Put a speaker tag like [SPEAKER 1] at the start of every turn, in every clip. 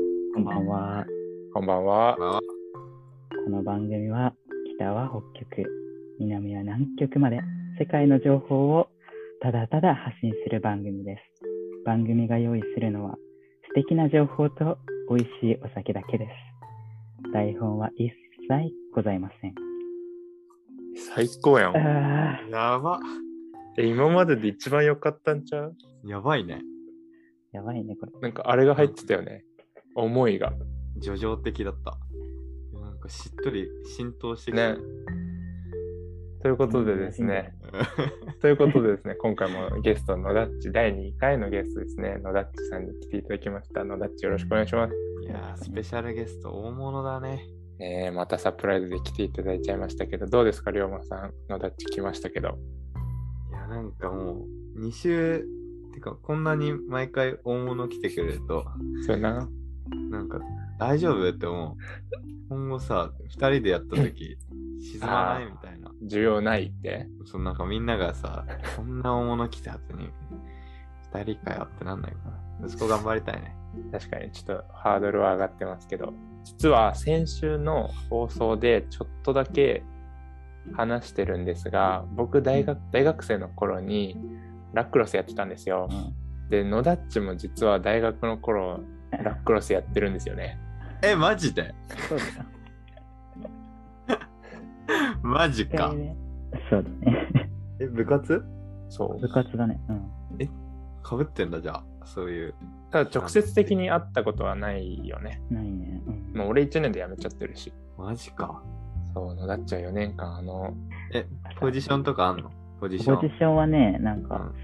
[SPEAKER 1] は。
[SPEAKER 2] こんばんは。
[SPEAKER 3] あ
[SPEAKER 1] この番組は、北は北極、南は南極まで、世界の情報をただただ発信する番組です。番組が用意するのは、素敵な情報と美味しいお酒だけです。台本は一切ございません。
[SPEAKER 2] 最高やん。
[SPEAKER 1] ああ、
[SPEAKER 3] やば。
[SPEAKER 2] え、今までで一番良かったんちゃう
[SPEAKER 3] やばいね。
[SPEAKER 1] やばいね、これ。
[SPEAKER 2] なんかあれが入ってたよね。思いが。
[SPEAKER 3] 叙情的だった。なんかしっとり浸透してきた
[SPEAKER 2] ね。ということでですね、
[SPEAKER 3] う
[SPEAKER 2] ということでですね、今回もゲスト、野田っち、第2回のゲストですね、野田っちさんに来ていただきました。野田っち、よろしくお願いします。
[SPEAKER 3] んいやー、スペシャルゲスト、大物だね。
[SPEAKER 2] ねえ、またサプライズで来ていただいちゃいましたけど、どうですか、龍馬さん。野田っち来ましたけど。
[SPEAKER 3] いや、なんかもう、2週、てか、こんなに毎回大物来てくれると、
[SPEAKER 2] そうやな。
[SPEAKER 3] なんか、大丈夫って思う。今後さ、2人でやった時、沈まないみたいな。
[SPEAKER 2] 需要ないって。
[SPEAKER 3] そのなんかみんながさ、こんな大物来た後に、2人かよってなんないかな。息子頑張りたいね。
[SPEAKER 2] 確かにちょっとハードルは上がってますけど実は先週の放送でちょっとだけ話してるんですが僕大学大学生の頃にラクロスやってたんですよで野ダッチも実は大学の頃ラクロスやってるんですよね
[SPEAKER 3] え、マジで
[SPEAKER 1] そうだ。
[SPEAKER 3] マジか。
[SPEAKER 1] そうだね。
[SPEAKER 3] え、部活
[SPEAKER 2] そう
[SPEAKER 1] 部活だね。うん。
[SPEAKER 3] かぶってんだじゃあそういう
[SPEAKER 2] ただ直接的に会ったことはないよね
[SPEAKER 1] ないね。うん。
[SPEAKER 2] もう俺1年で辞めちゃってるし
[SPEAKER 3] マジか
[SPEAKER 2] そう野ダッチは4年間あの
[SPEAKER 3] えポジションとかあんのポジショ
[SPEAKER 1] ポ
[SPEAKER 3] ン
[SPEAKER 1] ジションはね、なん
[SPEAKER 3] う
[SPEAKER 1] か
[SPEAKER 3] ん、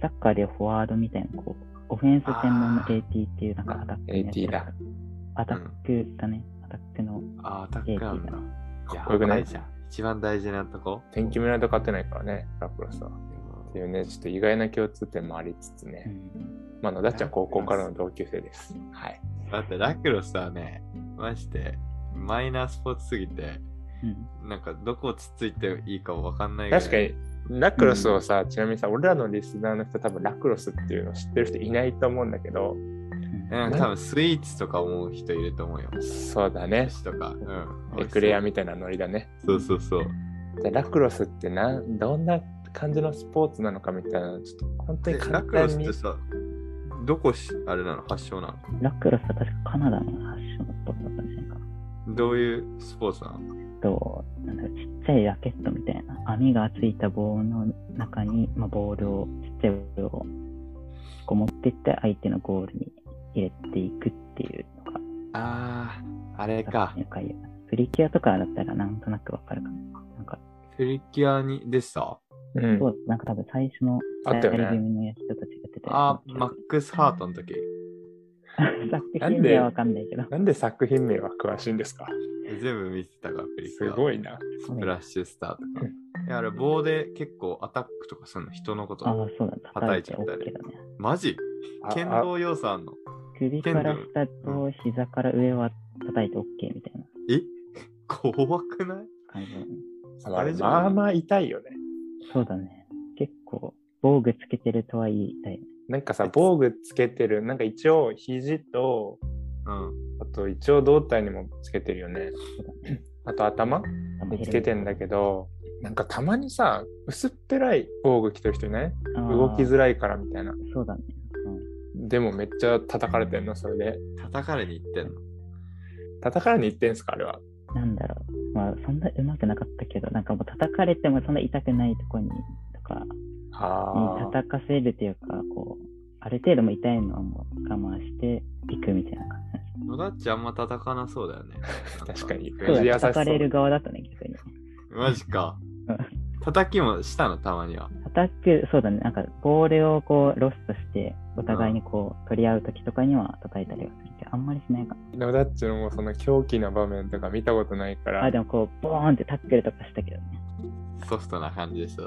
[SPEAKER 1] サッカーでフォワードみたいな、こう、オフェンス専門の
[SPEAKER 3] あ
[SPEAKER 1] AT
[SPEAKER 3] ー
[SPEAKER 1] っていう、なんかアタックのやつ
[SPEAKER 2] AT だ。
[SPEAKER 1] アタックだね。アタックの。
[SPEAKER 3] あーアタックあんだ
[SPEAKER 2] かっこよくない
[SPEAKER 3] やばじゃん一番大事なとこ
[SPEAKER 2] 天気見ないと勝てないからねラクロスはっていうねちょっと意外な共通点もありつつね、
[SPEAKER 1] うん
[SPEAKER 2] まあ、野田っちは高校からの同級生です。はい。
[SPEAKER 3] だってラクロスはねましてマイナースポーツすぎて
[SPEAKER 1] うん。
[SPEAKER 3] なんかどこをつっついていいかわかんないぐらい
[SPEAKER 2] 確かに、ラクロスをさ、ちなみにさ、俺らのリスナーの人、多分ラクロスっていうの知ってる人いないと思うんだけど、
[SPEAKER 3] うん多分スイーツとか思う人いると思うよ
[SPEAKER 2] そうだ
[SPEAKER 3] 菓
[SPEAKER 2] ね。
[SPEAKER 3] 子とか、うん、
[SPEAKER 2] エクレアみたいなノリだね。
[SPEAKER 3] そうそうそう
[SPEAKER 2] でラクロスってなんどんな感じのスポーツなのかみたいなの、ちょっと本当
[SPEAKER 3] で
[SPEAKER 2] に
[SPEAKER 3] ラ
[SPEAKER 2] 簡
[SPEAKER 3] クロ
[SPEAKER 2] 単
[SPEAKER 3] スっ
[SPEAKER 2] に
[SPEAKER 3] て。さどこしあれなの発祥なの
[SPEAKER 1] ラクロスは確かカナダの発祥のスポーツだったんじゃないかな。
[SPEAKER 3] どういうスポーツなの
[SPEAKER 1] と、なんだろうちっちゃいラケットみたいな。網がついた棒の中に、まあ、ボールを、ちっちゃいボールを、こう持ってって相手のゴールに入れていくっていうのが、
[SPEAKER 3] ああ、あれか。
[SPEAKER 1] なんかいうプリキュアとかだったらなんとなくわかるかな。なんか、
[SPEAKER 3] プリキュアにでした。
[SPEAKER 2] うん
[SPEAKER 1] そう、なんか多分最初の、
[SPEAKER 2] あったよね
[SPEAKER 1] 組のやつとか違ってた
[SPEAKER 3] ああ、マッ
[SPEAKER 1] ま、
[SPEAKER 3] クスハートの時。
[SPEAKER 1] さっき品名はわかんないけど。
[SPEAKER 2] なんで作品名は詳しいんですか
[SPEAKER 3] 全部見てたから、プリキ
[SPEAKER 2] す
[SPEAKER 3] ュア。
[SPEAKER 2] ご
[SPEAKER 3] い。
[SPEAKER 2] いな。
[SPEAKER 3] スプラッシュスターとか。いや、あれ、棒で結構アタックとかするの、人のこ
[SPEAKER 1] ああ
[SPEAKER 3] と。、
[SPEAKER 1] そうだ、
[SPEAKER 3] 叩いちゃっ
[SPEAKER 1] OK
[SPEAKER 3] た
[SPEAKER 1] だ
[SPEAKER 3] り
[SPEAKER 1] ね。
[SPEAKER 3] マジ
[SPEAKER 2] あ
[SPEAKER 3] 剣
[SPEAKER 2] あ
[SPEAKER 3] 道要素あんの
[SPEAKER 1] 首から下
[SPEAKER 3] 剣道
[SPEAKER 1] と膝から上は叩いて OK みたいな
[SPEAKER 3] え怖くない
[SPEAKER 1] 感じだね。
[SPEAKER 2] まあ
[SPEAKER 3] あれじゃん
[SPEAKER 2] まあまあ痛いよね。
[SPEAKER 1] そうだね。結構、防具つけてるとはいい痛いね。
[SPEAKER 2] なんかさ、防具つけてる、なんか一応肘と
[SPEAKER 3] うん。
[SPEAKER 2] あと一応胴体にもつけてるよね。 あと頭
[SPEAKER 1] 頭
[SPEAKER 2] に
[SPEAKER 1] 広
[SPEAKER 2] つ
[SPEAKER 1] い
[SPEAKER 2] けてんだけど、なんかたまにさ、薄っぺらい防具着てる人いない
[SPEAKER 1] あー
[SPEAKER 2] 動きづらいからみたいな。
[SPEAKER 1] そうだね。
[SPEAKER 2] でもめっちゃ叩かれてんの、それで。
[SPEAKER 3] 叩かれに行ってんの。
[SPEAKER 2] 叩かれに行ってんすか、あれは。
[SPEAKER 1] なんだろう。まあ、そんな上手くなかったけど、なんかもう叩かれてもそんな痛くないとこに、とか、
[SPEAKER 2] あ
[SPEAKER 1] に叩かせるというか、こう、ある程度も痛いのはもう我慢していくみたいな感じ。
[SPEAKER 3] 野田っちあんま叩かなそうだよね。
[SPEAKER 2] 確かに
[SPEAKER 3] なん
[SPEAKER 1] そう
[SPEAKER 2] 藤
[SPEAKER 1] だ
[SPEAKER 2] 井
[SPEAKER 1] ね、
[SPEAKER 2] 優しさ
[SPEAKER 1] 叩かれる側だったね、逆に。
[SPEAKER 3] マ ジか
[SPEAKER 1] うん。
[SPEAKER 3] 叩きもしたの、たまには。
[SPEAKER 1] 叩く、そうだね、なんかボールをこう、ロストして、お互いにこう、取り合うときとかには叩いたりはするけど、あんまりしないか
[SPEAKER 2] 野田っちのもうその狂気な場面とか見たことないか
[SPEAKER 1] な。あ、
[SPEAKER 2] ら、
[SPEAKER 1] でもこう、ボーンってタックルとかしたけどね。
[SPEAKER 3] ソフトな感じでした。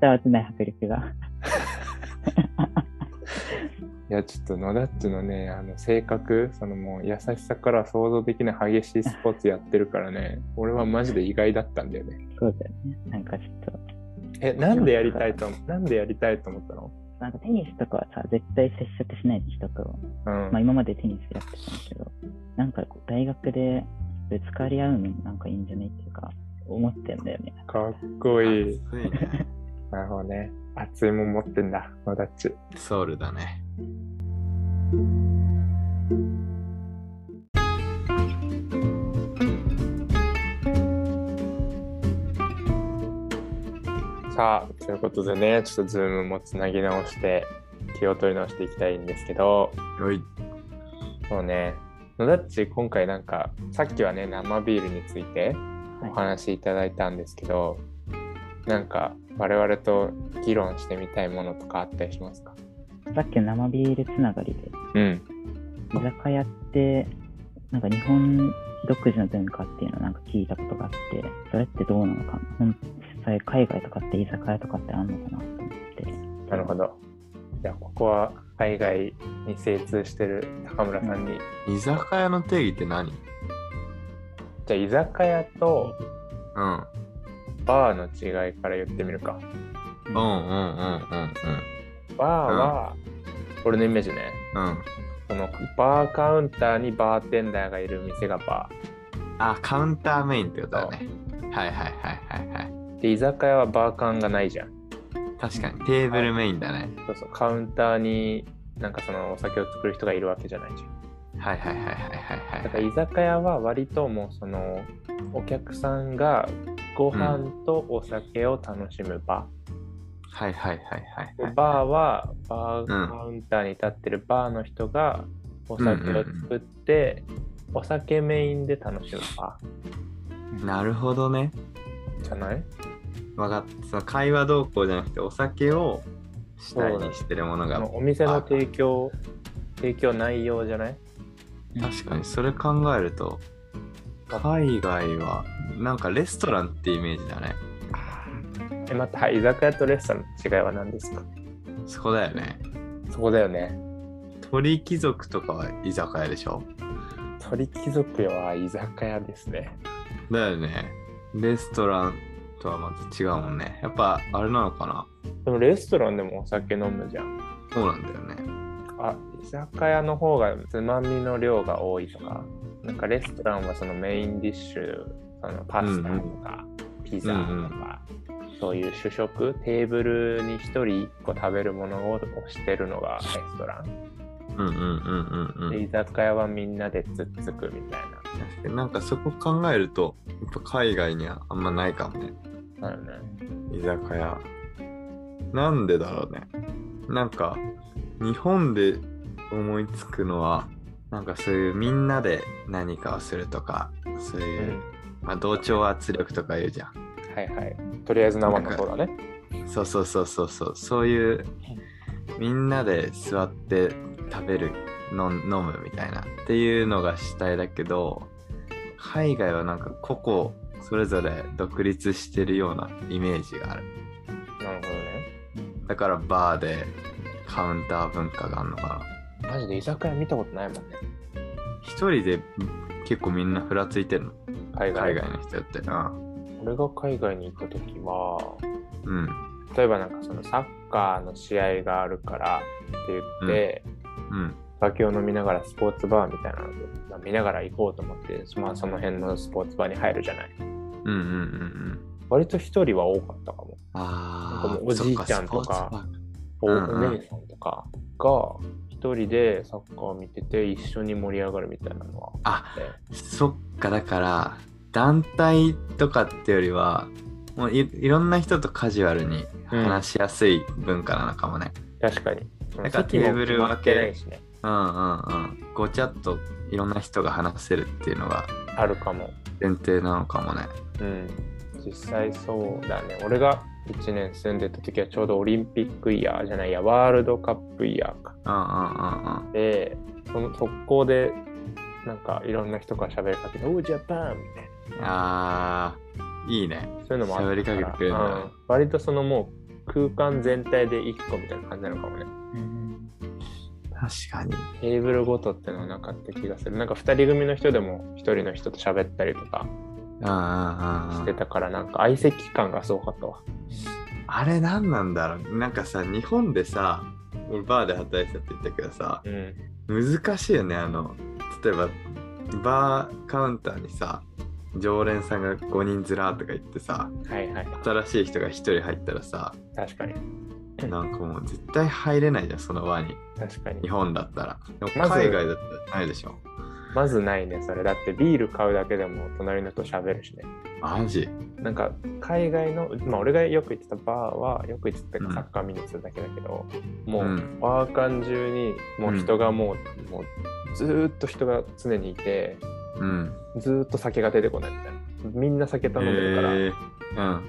[SPEAKER 1] 伝わってない迫力が。
[SPEAKER 2] いや、ちょっと野田っちのね、あの性格、そのもう優しさから想像できない激しいスポーツやってるからね、俺はマジで意外だったんだよね。
[SPEAKER 1] そうだよね。なんかちょっと、
[SPEAKER 2] え、なんでやりたいと、なんでやりたいと思ったの
[SPEAKER 1] なんかテニスとかはさ、絶対接触しないで人と、
[SPEAKER 2] うん
[SPEAKER 1] まあ今までテニスやってたんだけど、なんかこう大学でぶつかり合うのもなんかいいんじゃないっていうか、思ってんだよね。
[SPEAKER 2] かっこいい。
[SPEAKER 3] 熱いね。
[SPEAKER 2] なるほどね。熱いもん持ってんだ、野田っち。
[SPEAKER 3] ソウルだね。
[SPEAKER 2] さあ、ということでね、ちょっとズームもつなぎ直して、気を取り直していきたいんですけど、
[SPEAKER 3] おい。
[SPEAKER 2] そうね、野田っち、今回なんか、さっきはね、生ビールについてお
[SPEAKER 1] はい。
[SPEAKER 2] 話しいただいたんですけど、なんか、我々と議論してみたいものとかあったりしますか
[SPEAKER 1] さっきの生ビールつながりで、
[SPEAKER 2] うん。
[SPEAKER 1] 居酒屋って、なんか日本独自の文化っていうのをなんか聞いたことがあって、それってどうなのかなほん実際海外とかって居酒屋とかってあんのかなと思って。
[SPEAKER 2] なるほど。じゃあ、ここは海外に精通してる高村さんに、
[SPEAKER 3] 居酒屋の定義って何う
[SPEAKER 2] じゃあ、居酒屋と
[SPEAKER 3] ん。
[SPEAKER 2] バーの違いから言ってみるか。
[SPEAKER 3] うんうんうんうん
[SPEAKER 2] バーは、俺のイメージね、
[SPEAKER 3] うん。うん。
[SPEAKER 2] そのバーカウンターにバーテンダーがいる店がバ
[SPEAKER 3] あ、カウンターメインってことだね。はいはいはいはいはい。
[SPEAKER 2] ー。で、居酒屋はバー感がないじゃん。
[SPEAKER 3] 確かにテーブルメインだね。
[SPEAKER 2] そうそう、カウンターになんかそのお酒を作る人がいるわけじゃないじゃん。
[SPEAKER 3] はいはいはいはいは
[SPEAKER 2] だ
[SPEAKER 3] いは
[SPEAKER 2] から
[SPEAKER 3] い。
[SPEAKER 2] 居酒屋は割ともうそのお客さんがご飯とお酒を楽しむ場。
[SPEAKER 3] はいはいはいはいはい。
[SPEAKER 2] バーはバー
[SPEAKER 3] うん
[SPEAKER 2] カウンターに立ってるバーの人がお酒を作って、お酒メインで楽しむ場
[SPEAKER 3] なるほどね。
[SPEAKER 2] じゃない
[SPEAKER 3] 分かった。その会話動向じゃなくて、お酒を主体にしてるものが。
[SPEAKER 2] お店の提供、提供内容じゃない
[SPEAKER 3] 確かに、それ考えると、海外は、なんかレストランってイメージだね。
[SPEAKER 2] えまた居酒屋とレストランの違いは何ですか
[SPEAKER 3] そこだよね。
[SPEAKER 2] そこだよね
[SPEAKER 3] 鳥貴族とかは居酒屋でしょ
[SPEAKER 2] 鳥貴族は居酒屋ですね
[SPEAKER 3] だよね。レストランとはまた違うもんね。やっぱあれなのかな
[SPEAKER 2] でもレストランでもお酒飲むじゃん
[SPEAKER 3] そうなんだよね。
[SPEAKER 2] あ居酒屋の方がつまみの量が多いとかなんかレストランはそのメインディッシュそのパスタとか、ピザとか、そういう主食テーブルに1人1個食べるものをしてるのがレストラン、
[SPEAKER 3] うんうんうんうんう
[SPEAKER 2] で
[SPEAKER 3] ん。
[SPEAKER 2] 居酒屋はみんなでつっつくみたいな
[SPEAKER 3] 確かになんかそこ考えると、やっぱ海外にはあんまないかもね。
[SPEAKER 2] なるね
[SPEAKER 3] 居酒屋。なんでだろうね。なんか、日本で思いつくのは、なんかそういうみんなで何かをするとか、そう
[SPEAKER 2] う
[SPEAKER 3] いう、
[SPEAKER 2] ん
[SPEAKER 3] まあ同調圧力とか言うじゃん。
[SPEAKER 2] はいはい。とりあえず生の方だね。
[SPEAKER 3] そうそうそうそうそうそういうみんなで座って食べるの飲むみたいなっていうのが主体だけど海外はなんか個々それぞれ独立してるようなイメージがある
[SPEAKER 2] なるほどね。
[SPEAKER 3] だからバーでカウンター文化があるのかな
[SPEAKER 2] マジで居酒屋見たことないもんね。
[SPEAKER 3] 一人で結構みんなふらついてるの
[SPEAKER 2] 海外。
[SPEAKER 3] 海外の人ってうん
[SPEAKER 2] 俺が海外に行った時は、
[SPEAKER 3] うん
[SPEAKER 2] 例えばなんかそのサッカーの試合があるからって言って、
[SPEAKER 3] うん
[SPEAKER 2] 酒を飲みながらスポーツバーみたいなので、まあ見ながら行こうと思って、まあその辺のスポーツバーに入るじゃない。
[SPEAKER 3] うんうんうんうん
[SPEAKER 2] 割と一人は多かったかも。
[SPEAKER 3] あ
[SPEAKER 2] なんかも
[SPEAKER 3] あ
[SPEAKER 2] うおじいちゃんとかお
[SPEAKER 3] うんうん
[SPEAKER 2] お姉さんとかが一人でサッカーを見てて一緒に盛り上がるみたいなのはあって。
[SPEAKER 3] そっかだから団体とかってよりはもういいろんな人とカジュアルに話しやすい文化なのかもね、
[SPEAKER 2] 確かに。その
[SPEAKER 3] なんかテーブル分
[SPEAKER 2] 席も決ま
[SPEAKER 3] け
[SPEAKER 2] ってないしね。
[SPEAKER 3] うん、うんうんごちゃっといろんな人が話せるっていうのが
[SPEAKER 2] あるかも。
[SPEAKER 3] 前提なのかもね
[SPEAKER 2] うん。実際そうだね。俺が1年住んでた時はちょうどオリンピックイヤーじゃないや、ワールドカップイヤーか。
[SPEAKER 3] うんうん
[SPEAKER 2] で、その速攻で、なんかいろんな人から喋りかけて、おう、ジャパンみたい
[SPEAKER 3] うんうんあーいいね
[SPEAKER 2] な。そういうのもあった
[SPEAKER 3] 喋りかけてくれるんだ
[SPEAKER 2] うん割とそのもう空間全体で1個みたいな感じなのかもね。
[SPEAKER 1] うん
[SPEAKER 3] 確かに
[SPEAKER 2] テーブルごとってのはなかった気がする。なんか2人組の人でも1人の人と喋ったりとか
[SPEAKER 3] うんうんうん
[SPEAKER 2] し
[SPEAKER 3] う
[SPEAKER 2] て
[SPEAKER 3] ん
[SPEAKER 2] たから、なんか相席感がすごかったわ。
[SPEAKER 3] あれ何なんだろうなんかさ日本でさ俺バーで働いてたって言ったけどさ
[SPEAKER 2] うん
[SPEAKER 3] 難しいよねあの例えばバーカウンターにさ常連さんが5人ずらーとか言ってさ
[SPEAKER 2] はいはい
[SPEAKER 3] 新しい人が1人入ったらさ
[SPEAKER 2] 確かに
[SPEAKER 3] なんかもう絶対入れないじゃんその輪に
[SPEAKER 2] 確かに
[SPEAKER 3] 日本だったらでも
[SPEAKER 2] まず
[SPEAKER 3] 海外だったらないでしょ
[SPEAKER 2] まずないねそれだってビール買うだけでも隣の人喋るしね
[SPEAKER 3] マジ
[SPEAKER 2] なんか海外の、まあ、俺がよく行ってたバーはよく行ってた
[SPEAKER 3] うん
[SPEAKER 2] サッカー見に行ってただけだけど、もう、
[SPEAKER 3] うん
[SPEAKER 2] バー間中にもう人がもう,、もうずーっと人が常にいて
[SPEAKER 3] うん
[SPEAKER 2] ずーっと酒が出てこないみたいなみんな酒頼んでるから、
[SPEAKER 3] えーうん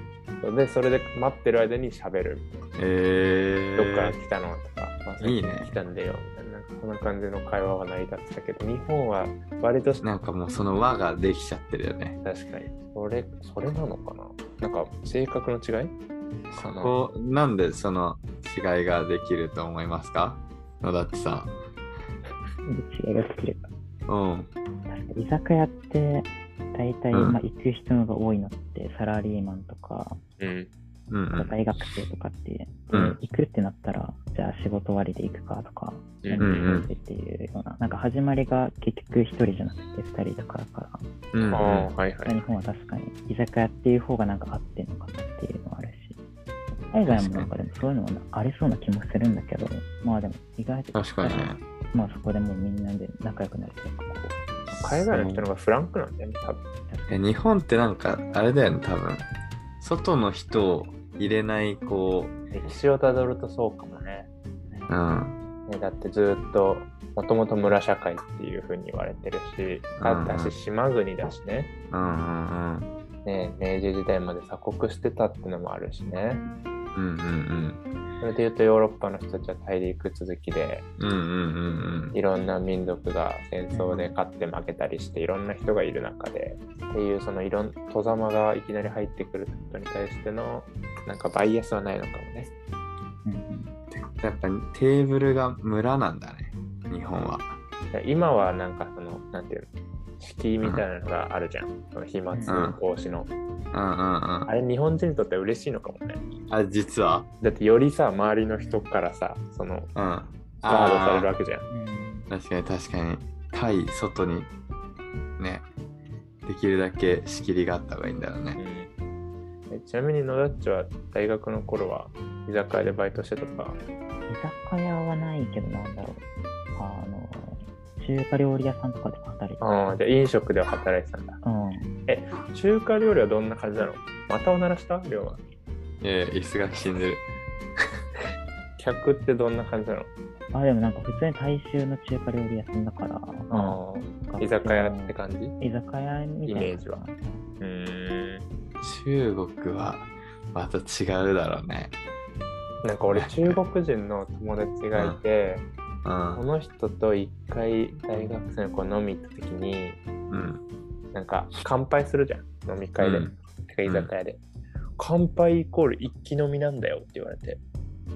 [SPEAKER 2] でそれで待ってる間に喋る
[SPEAKER 3] えー、
[SPEAKER 2] どっから来たのとか、まあ
[SPEAKER 3] いいね
[SPEAKER 2] 来たんだよみたいななんかこんな感じの会話は成り立ってたけど日本は割と
[SPEAKER 3] なんかもうその輪ができちゃってるよね
[SPEAKER 2] 確かにそれそれなのかななんか性格の違いかな
[SPEAKER 3] こうなんでその違いができると思いますか野田っちさん
[SPEAKER 1] 違いができるか。
[SPEAKER 3] うん
[SPEAKER 1] 確かに居酒屋って、大体、
[SPEAKER 3] うん
[SPEAKER 1] まあ、行く人のが多いのって、サラリーマンとか、
[SPEAKER 2] うん
[SPEAKER 3] うんうん
[SPEAKER 1] 大学生とかって、
[SPEAKER 3] うん
[SPEAKER 1] 行くってなったら、じゃあ仕事終わりで行くかとか、
[SPEAKER 2] うん
[SPEAKER 3] うん
[SPEAKER 1] っていうような、なんか始まりが結局一人じゃなくて二人とかだから、
[SPEAKER 3] うんうん
[SPEAKER 2] ああはいはい
[SPEAKER 1] 日本は確かに居酒屋っていう方がなんか合ってんのかなっていうのはあるし、海外もなんかでもそういうのはありそうな気もするんだけど、まあでも意外と、
[SPEAKER 3] 確かにね
[SPEAKER 1] まあそこでもうみんなで仲良くなるというか、こ
[SPEAKER 2] 海外の人の方がフランクなんだよね多分
[SPEAKER 3] え日本ってなんかあれだよね多分外の人を入れないこ
[SPEAKER 2] 歴史をたどるとそうかもね。
[SPEAKER 3] ううん
[SPEAKER 2] ねだってずっともともと村社会っていう風に言われてるし、
[SPEAKER 3] うんうん
[SPEAKER 2] だし島国だしね
[SPEAKER 3] うんうん
[SPEAKER 2] ね、明治時代まで鎖国してたってのもあるしね、
[SPEAKER 3] うんうんうん
[SPEAKER 2] それでいうとヨーロッパの人たちは大陸続きで、
[SPEAKER 3] うんうんうんうん
[SPEAKER 2] いろんな民族が戦争で勝って負けたりして、いろんな人がいる中で、っていうそのいろん、戸様がいきなり入ってくることに対しての、なんかバイアスはないのかもね。
[SPEAKER 1] ううんうん
[SPEAKER 3] やっぱテーブルが村なんだね日本は
[SPEAKER 2] 今はなんかその、なんていうの、敷居みたいなのがあるじゃん。その飛沫防止の。
[SPEAKER 3] うんうんうん
[SPEAKER 2] あれ、日本人にとっては嬉しいのかもね。
[SPEAKER 3] あ実は
[SPEAKER 2] だって、よりさ、周りの人からさ、その、
[SPEAKER 3] うんあ
[SPEAKER 2] ガードされるわけじゃん。
[SPEAKER 1] うん
[SPEAKER 3] 確かに確かに対外にねできるだけ仕切りがあった方がいいんだろうね
[SPEAKER 2] えちなみに野田っちは大学の頃は居酒屋でバイトしてたとか
[SPEAKER 1] 居酒屋はないけど、なんだろう。あの、中華料理屋さんとかで働いて
[SPEAKER 2] ああじゃあ飲食では働いてたんだ
[SPEAKER 1] うん。
[SPEAKER 2] 中華料理はどんな感じなのまたお鳴らした量は
[SPEAKER 3] ええ椅子が死んでる
[SPEAKER 2] 客ってどんな感じなの
[SPEAKER 1] あ、でもなんか普通に大衆の中華料理屋さんだから、
[SPEAKER 2] あ
[SPEAKER 1] 学
[SPEAKER 2] あ
[SPEAKER 1] 生
[SPEAKER 2] 居酒屋って感じ
[SPEAKER 1] 居酒屋みたいな。
[SPEAKER 2] イメージはうーん
[SPEAKER 3] 中国はまた違うだろうね
[SPEAKER 2] なんか俺中国人の友達がいて
[SPEAKER 3] う
[SPEAKER 2] こ
[SPEAKER 3] ん
[SPEAKER 2] の人と一回大学生の子飲み行った時に
[SPEAKER 3] うん
[SPEAKER 2] なんか乾杯するじゃん飲み会で、
[SPEAKER 3] うん
[SPEAKER 2] てか居酒屋で、乾杯イコール一気飲みなんだよって言われて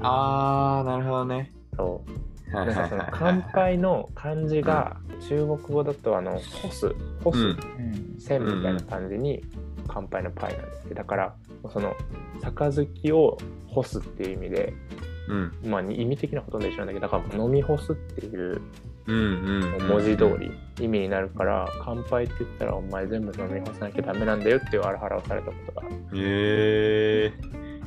[SPEAKER 3] あーなるほどね
[SPEAKER 2] そう
[SPEAKER 3] はい
[SPEAKER 2] なん
[SPEAKER 3] は
[SPEAKER 2] かそ
[SPEAKER 3] いは
[SPEAKER 2] の
[SPEAKER 3] い
[SPEAKER 2] 乾杯の漢字が中国語だとあの干す干
[SPEAKER 3] う
[SPEAKER 2] す
[SPEAKER 3] ん
[SPEAKER 1] うん。
[SPEAKER 2] 線みたいな感じに乾杯のパイなんですけどだからその杯を干すっていう意味で
[SPEAKER 3] うん
[SPEAKER 2] まあ意味的なほとんど一緒なんだけどだから飲み干すっていう
[SPEAKER 3] うんうん
[SPEAKER 2] 文字通り意味になるから乾杯って言ったらお前全部飲み干さなきゃダメなんだよっていうアラハラをされたことがある
[SPEAKER 3] へえ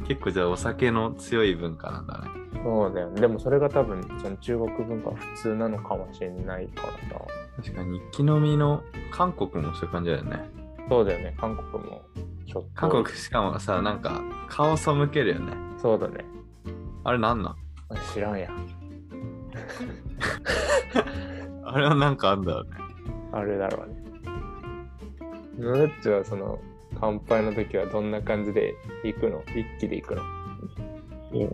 [SPEAKER 3] 結構じゃあお酒の強い文化なんだね
[SPEAKER 2] そうだよねでもそれが多分その中国文化は普通なのかもしれないからさ
[SPEAKER 3] 確かに一気飲みの韓国もそういう感じだよね
[SPEAKER 2] そうだよね韓国もちょっと
[SPEAKER 3] 韓国しかもさなんか顔背けるよね
[SPEAKER 2] そうだね
[SPEAKER 3] あれなんなん
[SPEAKER 2] 知らんや
[SPEAKER 3] あれはなんかあんだよね。
[SPEAKER 2] あれだろうねノルッチはその乾杯の時はどんな感じで行くの一気で行くの
[SPEAKER 1] いや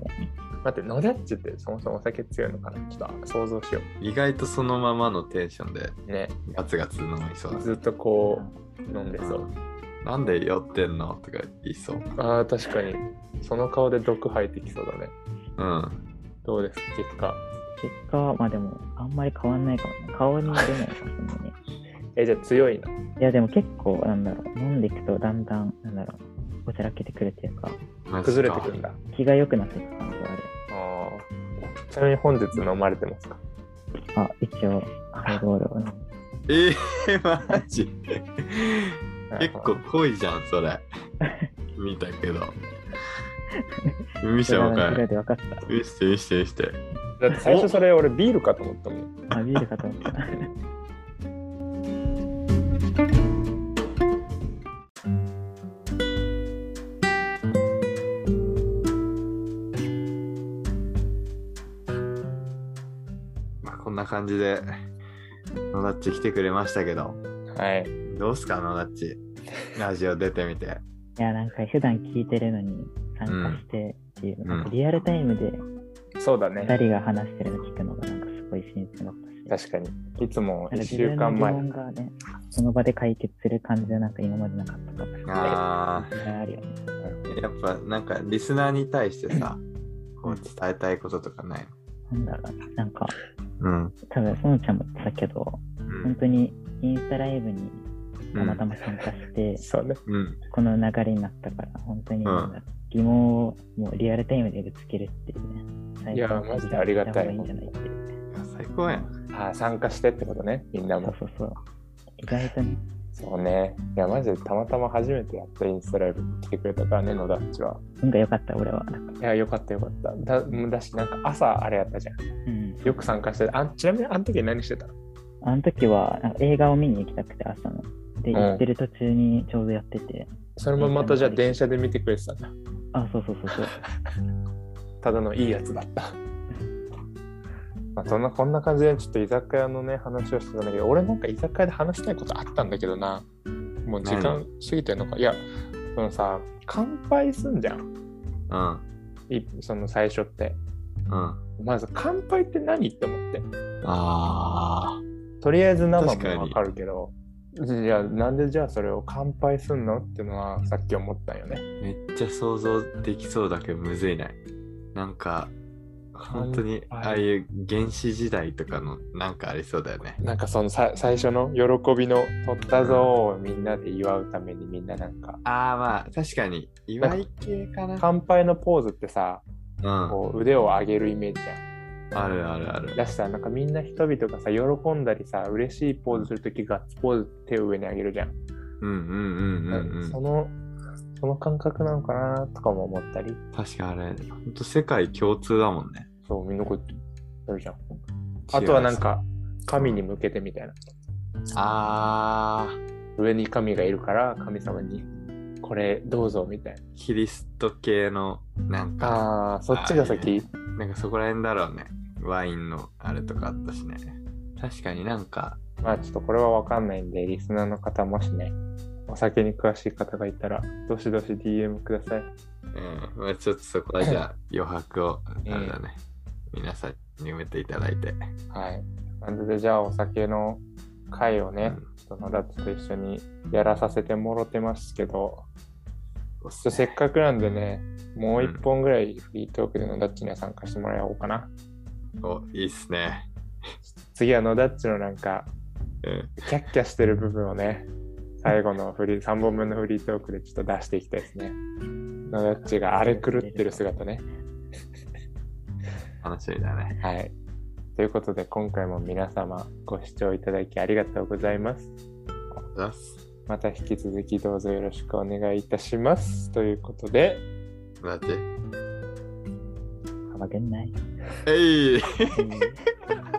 [SPEAKER 2] 待ってノルッチってそもそもお酒強いのかなちょっと想像しよ
[SPEAKER 3] 意外とそのままのテンションで
[SPEAKER 2] うね
[SPEAKER 3] ガツガツ飲みそうだね。
[SPEAKER 2] ずっとこう飲んでそう
[SPEAKER 3] なんで酔ってんのとか言いそう。
[SPEAKER 2] あー確かにその顔で毒吐いてきそうだね
[SPEAKER 3] うん。
[SPEAKER 2] どうです結果
[SPEAKER 1] 結果は、まあでも、あんまり変わんないかもね。顔に出ないかも しれないね。
[SPEAKER 2] えじゃあ強いの
[SPEAKER 1] いや、でも結構、なんだろう、飲んでいくとだんだん、なんだろう、おちゃらけてくるっていうか、
[SPEAKER 3] マジか
[SPEAKER 2] 崩れてくるんだ。
[SPEAKER 1] 気が良くなっていく感じは
[SPEAKER 2] あーちなみに本日飲まれてますか
[SPEAKER 1] ある。あ、一応、ハイボール をね。
[SPEAKER 3] えー、マ ジ結構濃いじゃんそれ見たけど見せてもか
[SPEAKER 1] それは後ろ
[SPEAKER 3] い
[SPEAKER 1] で分かっ
[SPEAKER 3] 見せて見せて見せて
[SPEAKER 2] だって最初それ俺ビールかと思ったもん
[SPEAKER 1] た。あ、ビールかと思った。
[SPEAKER 3] まあこんな感じで野田っち来てくれましたけど
[SPEAKER 2] はい。
[SPEAKER 3] どうすか野田っちラジオ出てみて
[SPEAKER 1] いや、なんか普段聞いてるのに参加してっていう、
[SPEAKER 3] ん
[SPEAKER 1] なんかリアルタイムで
[SPEAKER 2] そうだね。
[SPEAKER 1] 2人が話してるの聞くのがなんかすごい新鮮だったし、
[SPEAKER 2] 確かに。いつも
[SPEAKER 1] なんか
[SPEAKER 2] 1
[SPEAKER 1] 自
[SPEAKER 2] 週
[SPEAKER 1] 分の
[SPEAKER 2] 間
[SPEAKER 1] 疑
[SPEAKER 2] 前。
[SPEAKER 1] 問がね、その場で解決する感じはなんか今までなかったから、い
[SPEAKER 3] あ
[SPEAKER 1] っぱいあるよね。
[SPEAKER 3] ーやっぱなんかリスナーに対してさこう伝えたいこととかない
[SPEAKER 1] なんだろうな、なんか、
[SPEAKER 3] うん
[SPEAKER 1] 多分、そのちゃんも言ってたけど、
[SPEAKER 3] う
[SPEAKER 1] 本
[SPEAKER 3] ん
[SPEAKER 1] 当にインスタライブに
[SPEAKER 3] う
[SPEAKER 1] たまた
[SPEAKER 3] ん
[SPEAKER 1] ま参加して、
[SPEAKER 2] そうね。
[SPEAKER 3] うん
[SPEAKER 1] この流れになったから、本当になんだろう疑問をもうリアルタイムでぶつけるっていうね。
[SPEAKER 2] いやーマジでありがたい
[SPEAKER 1] いいんじゃないっていう。
[SPEAKER 3] 最高やん
[SPEAKER 2] あー参加してってことね、みんな
[SPEAKER 1] そ
[SPEAKER 2] も
[SPEAKER 1] う。そうそう。意外とね、
[SPEAKER 2] そうね。いや、マジでたまたま初めてやったインスタライブに来てくれたからね、野田っちは。
[SPEAKER 1] 運が良かった、俺は。
[SPEAKER 2] いや、よかったよかった。だだし、なんか朝あれやったじゃん。
[SPEAKER 1] うん。
[SPEAKER 2] よく参加してたあちなみにあの時何してたの
[SPEAKER 1] あの時は、なんか映画を見に行きたくて、朝の。で、
[SPEAKER 2] ん
[SPEAKER 1] 行ってる途中にちょうどやってて、
[SPEAKER 2] それもまたじゃあ電車で見てくれてたんだ。
[SPEAKER 1] あ、そうそうそうそう。
[SPEAKER 2] ただのいいやつだった。まあ、そんなこんな感じでちょっと居酒屋のね話をしてたんだけど俺なんか居酒屋で話したいことあったんだけどなもう時間過ぎてんのかいやそのさ乾杯すんじゃん
[SPEAKER 3] うん
[SPEAKER 2] いその最初って
[SPEAKER 3] うん
[SPEAKER 2] まず乾杯って何って思って
[SPEAKER 3] あー
[SPEAKER 2] とりあえず生
[SPEAKER 3] 確かに
[SPEAKER 2] もわかるけどじゃあなんでじゃあそれを乾杯すんのってのはさっき思ったよね
[SPEAKER 3] めっちゃ想像できそうだけどむずいないなんか本当に
[SPEAKER 2] 乾
[SPEAKER 3] あ
[SPEAKER 2] 杯
[SPEAKER 3] あいう原始時代とかのなんかありそうだよね
[SPEAKER 2] なんかそのさ最初の喜びの取ったぞをみんなで祝うためにみんななんか
[SPEAKER 3] ああまあ確かに祝い系かな
[SPEAKER 2] 乾杯のポーズってさ
[SPEAKER 3] うん
[SPEAKER 2] こう腕を上げるイメージじゃ
[SPEAKER 3] あるあるあ
[SPEAKER 2] ん。
[SPEAKER 3] る
[SPEAKER 2] だしさ、なんかみんな人々がさ、喜んだりさ、嬉しいポーズするとき、ガッツポーズ手を上に上げるじゃん。
[SPEAKER 3] うんうんうんうん
[SPEAKER 2] そうの、その感覚なのかなとかも思ったり、
[SPEAKER 3] ん確かあれほんと世界共通だもんね
[SPEAKER 2] そう、みんなこうやるじゃん。あとはなんか、神に向けてみたいな。
[SPEAKER 3] ああ
[SPEAKER 2] 上に神がいるから、神様に、これどうぞみたい
[SPEAKER 3] キリスト系のなん
[SPEAKER 2] な。
[SPEAKER 3] か
[SPEAKER 2] ああー、そっちが先。
[SPEAKER 3] なんかそこら辺だろうねワインのあれとかあったしね確かになんか
[SPEAKER 2] まあちょっとこれはわかんないんで、リスナーの方もしね、お酒に詳しい方がいたら、どしどし DM ください。
[SPEAKER 3] うん、まあちょっとそこはじゃあ余白を
[SPEAKER 2] ええ
[SPEAKER 3] あれだね、皆さんに埋めていただいて、
[SPEAKER 2] はい。なんでじゃあお酒の会を
[SPEAKER 3] う
[SPEAKER 2] ね、
[SPEAKER 3] ん
[SPEAKER 2] そのダッツと一緒にやらさせてもろてますけど、
[SPEAKER 3] そうっす
[SPEAKER 2] ちょ
[SPEAKER 3] ね
[SPEAKER 2] せっかくなんでね、もう
[SPEAKER 3] うん
[SPEAKER 2] 一本ぐらいフリートークでのダッチには参加してもらおうかな。
[SPEAKER 3] おいいっすね、
[SPEAKER 2] 次はのダッチのなんか、
[SPEAKER 3] うん、
[SPEAKER 2] キャッキャしてる部分をね、最後のフリー、3本分のフリートークでちょっと出していきたいですね。のダッチが荒れ狂ってる姿ね。
[SPEAKER 3] 楽しみだね
[SPEAKER 2] はい。ということで、今回も皆様ご視聴いただきありがとうございます。
[SPEAKER 3] ざっす
[SPEAKER 2] また引き続きどうぞよろしくお願いいたします。ということで、
[SPEAKER 3] だって
[SPEAKER 1] 幅げんない。
[SPEAKER 3] えい
[SPEAKER 1] うん